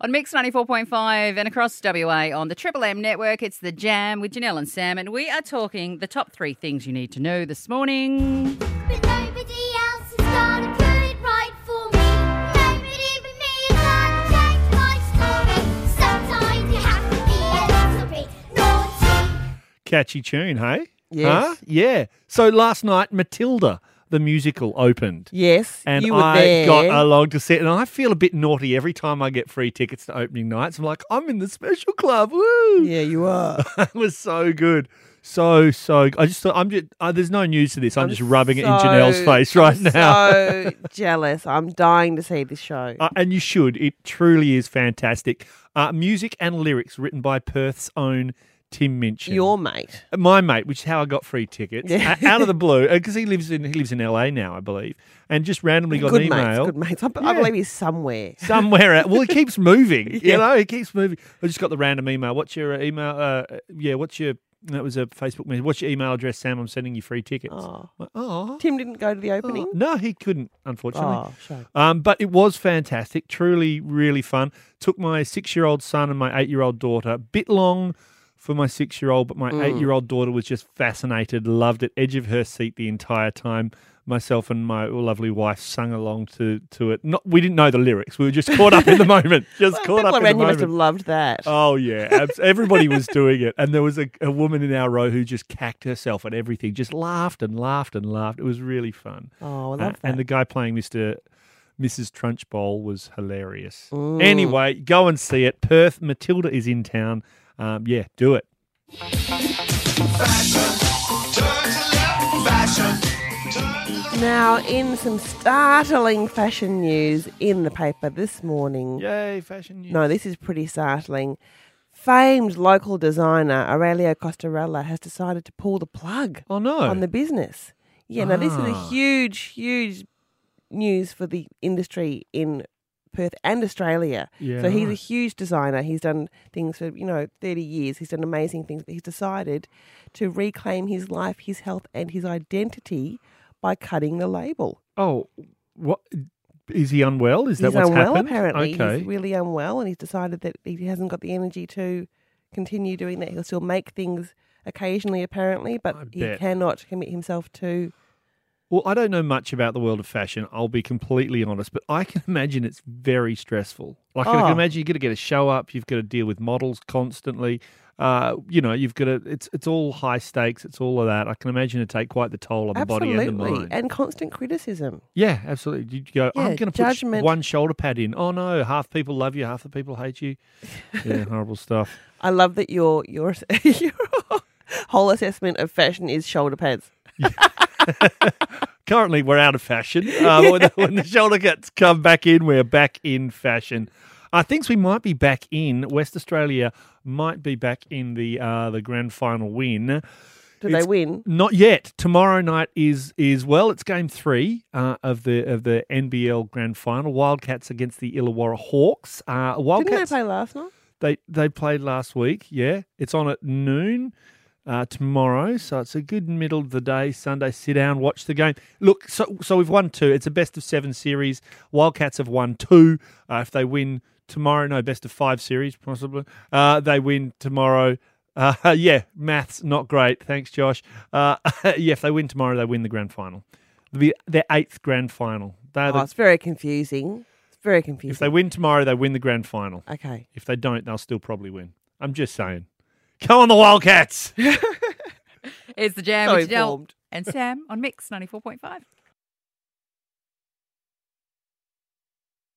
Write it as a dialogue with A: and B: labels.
A: on Mix 94.5 and across WA on the Triple M network. It's The Jam with Janelle and Sam, and we are talking the top three things you need to know this morning.
B: But nobody else has done and put it right for me. Nobody but me has done changed my story. Sometimes you have to be a little bit naughty.
C: Catchy tune, hey?
D: Yes.
C: Huh? Yeah. So last night, Matilda, the musical, opened.
D: Yes,
C: And
D: you were
C: I
D: there.
C: got along to sit, and I feel a bit naughty every time I get free tickets to opening nights. I'm like, I'm in the special club. Woo!
D: yeah, you are.
C: That was so good. So, so I just thought, I'm just, uh, there's no news to this. I'm, just rubbing it in
D: So-
C: Janelle's face right
D: I'm
C: now.
D: So jealous. I'm dying to see this show.
C: Uh, and you should. It truly is fantastic. Uh, music and lyrics written by Perth's own Tim Minchin.
D: Your mate.
C: my mate, which is how I got free tickets
D: Yeah.
C: o- out of the blue, because he lives in he lives in LA now, I believe, and just randomly got
D: good
C: an
D: mates.
C: email
D: Good mates. I,
C: Yeah.
D: I believe he's somewhere.
C: somewhere. Out, well, he keeps moving, you
D: Yeah.
C: know, he keeps moving. I just got the random email. What's your uh, email? Uh, yeah, what's your that was a Facebook message. What's your email address, Sam? I'm sending you free tickets.
D: Oh.
C: I'm like, "Oh."
D: Tim didn't go to the opening.
C: Oh, no, he couldn't, unfortunately.
D: Oh, shame.
C: Um, but it was fantastic, truly, really fun. Took my six year old son and my eight year old daughter. Bit long for my six year old, but my
D: Hmm.
C: eight year old daughter was just fascinated, loved it, edge of her seat the entire time. Myself and my lovely wife sung along to, to it. Not we didn't know the lyrics. We were just caught up in the moment. Just caught
D: People
C: up in the
D: around you must have
C: moment.
D: loved that.
C: Oh yeah, abs- everybody was doing it, and there was a, a woman in our row who just cacked herself at everything, just laughed and laughed and laughed. It was really fun.
D: Oh, I love
C: Uh,
D: that.
C: And the guy playing Mr. Mrs. Trunchbull was hilarious. Anyway, go and see it. Perth, Matilda is in town. Um, yeah, do it.
D: Now, in some startling fashion news in the paper this morning.
C: Yay, fashion news.
D: No, this is pretty startling. Famed local designer Aurelio Costarella has decided to pull the plug
C: Oh no.
D: on the business. Yeah, now this is a
C: Ah.
D: huge, huge news for the industry in Perth and Australia.
C: Yeah,
D: so he's a
C: nice.
D: huge designer. He's done things for, you know, 30 years. He's done amazing things, but he's decided to reclaim his life, his health, and his identity by cutting the label.
C: oh, what is he unwell? Is that
D: he's
C: what's
D: unwell
C: happened?
D: apparently.
C: Okay.
D: He's really unwell and he's decided that he hasn't got the energy to continue doing that. He'll still make things occasionally apparently, but
C: I
D: he
C: bet.
D: cannot commit himself to
C: Well, I don't know much about the world of fashion. I'll be completely honest, but I can imagine it's very stressful. Like I
D: Oh.
C: can imagine you've got to get a show up, you've got to deal with models constantly. Uh, you know, you've got to. It's it's all high stakes. It's all of that. I can imagine it take quite the toll on the body and the
D: absolutely
C: mind.
D: and constant criticism.
C: yeah, absolutely. You go. I'm going
D: Yeah,
C: to put sh-
D: judgment.
C: one shoulder pad in. Oh no, half people love you, half the people hate you. Yeah, horrible stuff.
D: I love that your your your whole assessment of fashion is shoulder pads.
C: currently we're out of fashion. Uh, when, the, when the shoulder cuts come back in, we're back in fashion. Uh, things we might be back in. West Australia might be back in the uh, the grand final win.
D: Do
C: It's-
D: they win?
C: Not yet. Tomorrow night is is well, it's game three uh, of the of the NBL grand final. Wildcats against the Illawarra Hawks. Uh,
D: Didn't they
C: Wildcats.
D: play last night?
C: They they played last week. Yeah, it's on at noon uh, tomorrow, so it's a good middle of the day Sunday. Sit down, watch the game. Look, so so we've won two. It's a best of seven series. Wildcats have won two. Uh, if they win tomorrow, no best of five series possibly. Uh, they win tomorrow. Uh, yeah, maths not great. Thanks, Josh. Uh, yeah, if they win tomorrow, they win the grand final. The their eighth grand final. They're
D: Oh,
C: the,
D: it's very confusing. It's very confusing.
C: if they win tomorrow, they win the grand final.
D: okay.
C: If they don't, they'll still probably win. I'm just saying. Come on, the Wildcats!
A: It's The Jam
D: So
A: with Janelle
D: informed.
A: and Sam on Mix 94.5.